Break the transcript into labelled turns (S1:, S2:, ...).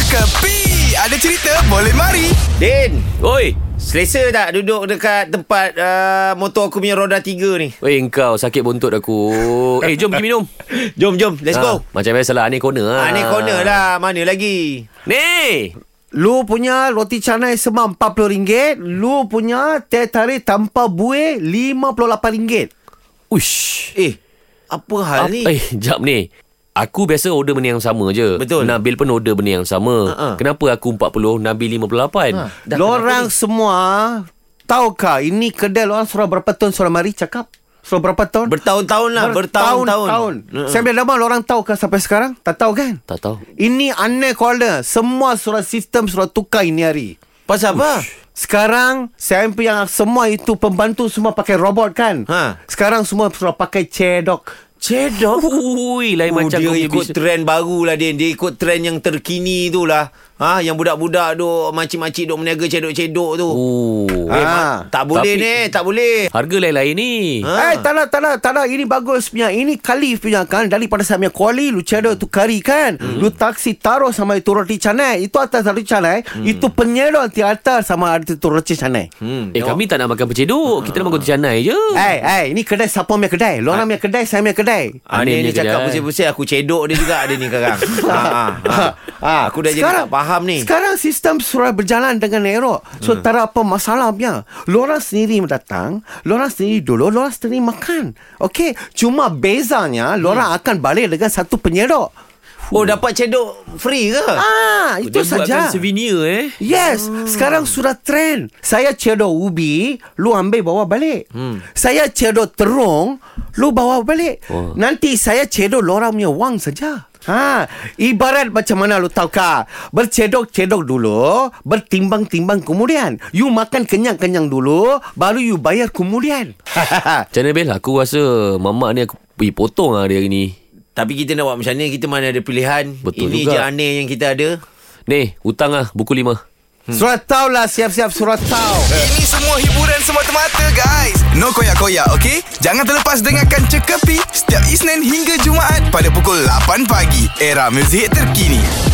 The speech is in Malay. S1: Kepi Ada cerita boleh mari
S2: Din Oi Selesa tak duduk dekat tempat uh, motor aku punya roda tiga ni
S3: Weh engkau sakit bontot aku Eh jom pergi minum
S2: Jom jom let's
S3: Ah,
S2: go
S3: Macam biasalah Aneh corner
S2: ah. Ni corner lah Mana lagi
S3: Ni
S4: Lu punya roti canai semam RM40 Lu punya teh tarik tanpa buih RM58
S3: Uish
S2: Eh Apa hal Ah,
S3: Ap-
S2: ni
S3: Eh jap ni Aku biasa order benda yang sama je
S2: Betul. Ah,
S3: Nabil pun order benda yang sama
S2: Ha-ha.
S3: Kenapa aku 40 Nabil 58
S2: Ah,
S3: ha.
S4: Lorang semua Tahukah ini kedai lorang surah berapa tahun Surah mari cakap Surah berapa tahun
S2: Bertahun-tahun lah Bertahun-tahun
S4: Bertahun-tahun
S2: Mm-mm.
S4: Saya ambil nama lorang tahukah sampai sekarang Tak tahu kan
S3: Tak tahu
S4: Ini aneh corner Semua surah sistem surah tukar ini hari
S2: Pasal apa
S4: Sekarang Saya yang semua itu Pembantu semua pakai robot kan
S2: Ha.
S4: Sekarang semua surah pakai cedok
S2: Cedok
S3: Ui lain
S2: Oh,
S3: macam
S2: dia
S3: kau punya
S2: ikut
S3: bisnes.
S2: trend baru lah Din Dia ikut trend yang terkini tu lah ha, Yang budak-budak tu Makcik-makcik duk meniaga cedok-cedok tu
S3: Oh
S2: Eh, mak,
S4: Ha.
S2: tak boleh
S3: Tapi-
S2: ni, tak boleh.
S3: Harga lain-lain ni
S2: Ha?
S3: ha?
S4: Eh, tak nak, tak nak, tak nak. Ini bagus punya. Ini kali punya kan. Daripada saya punya kuali, lu cedok tu kari kan. Lu taksi taruh sama itu roti canai. Itu atas roti canai. Itu penyedok di atas sama ada itu roti canai.
S2: Hmm.
S3: Eh kami tak nak makan peceduk Kita nak
S2: Ah.
S3: makan canai je
S4: Eh, eh, ini kedai siapa punya kedai? Lu orang punya kedai, saya punya kedai.
S2: Ani Ah,
S3: Ani
S2: ni
S3: punya
S2: cakap
S3: kedai.
S2: pusing-pusing aku cedok dia juga ada ni sekarang. ha, ha, ha. ha, aku dah jadi tak faham ni. Hmm.
S4: Sekarang sistem surat berjalan dengan erok. So, tak ada apa masalahnya. Lu orang sendiri datang, lu orang sendiri dulu, lu orang sendiri makan. Okey, cuma bezanya
S2: Hmm.
S4: lu orang akan balik dengan satu penyedok.
S2: Oh dapat cedok free ke?
S4: Ah, itu
S3: Dia buatkan
S4: saja.
S3: souvenir eh
S4: Yes, hmm. sekarang sudah trend. Saya cedok ubi, lu ambil bawa balik. Hmm. Saya cedok terung, lu bawa balik.
S3: Wah.
S4: Oh. Nanti saya cedok lorang punya wang saja. Ha, ibarat macam mana lu tahu kah? Bercedok-cedok dulu, bertimbang-timbang kemudian. You makan kenyang-kenyang dulu, baru you bayar kemudian.
S3: Macam mana Bil Aku rasa Mamak ni aku pergi potong lah dia hari ni
S2: Tapi kita nak buat macam ni Kita mana ada pilihan
S3: Betul
S2: Ini
S3: juga.
S2: je aneh yang kita ada
S3: Ni hutang lah buku lima
S4: Hmm. Eh, Surat tahu lah, siap-siap surat tahu.
S1: Ini semua hiburan semata-mata guys No koyak-koyak ok Jangan terlepas dengarkan Cekapi Setiap Isnin hingga Jumaat Pada pukul 8 pagi Era muzik terkini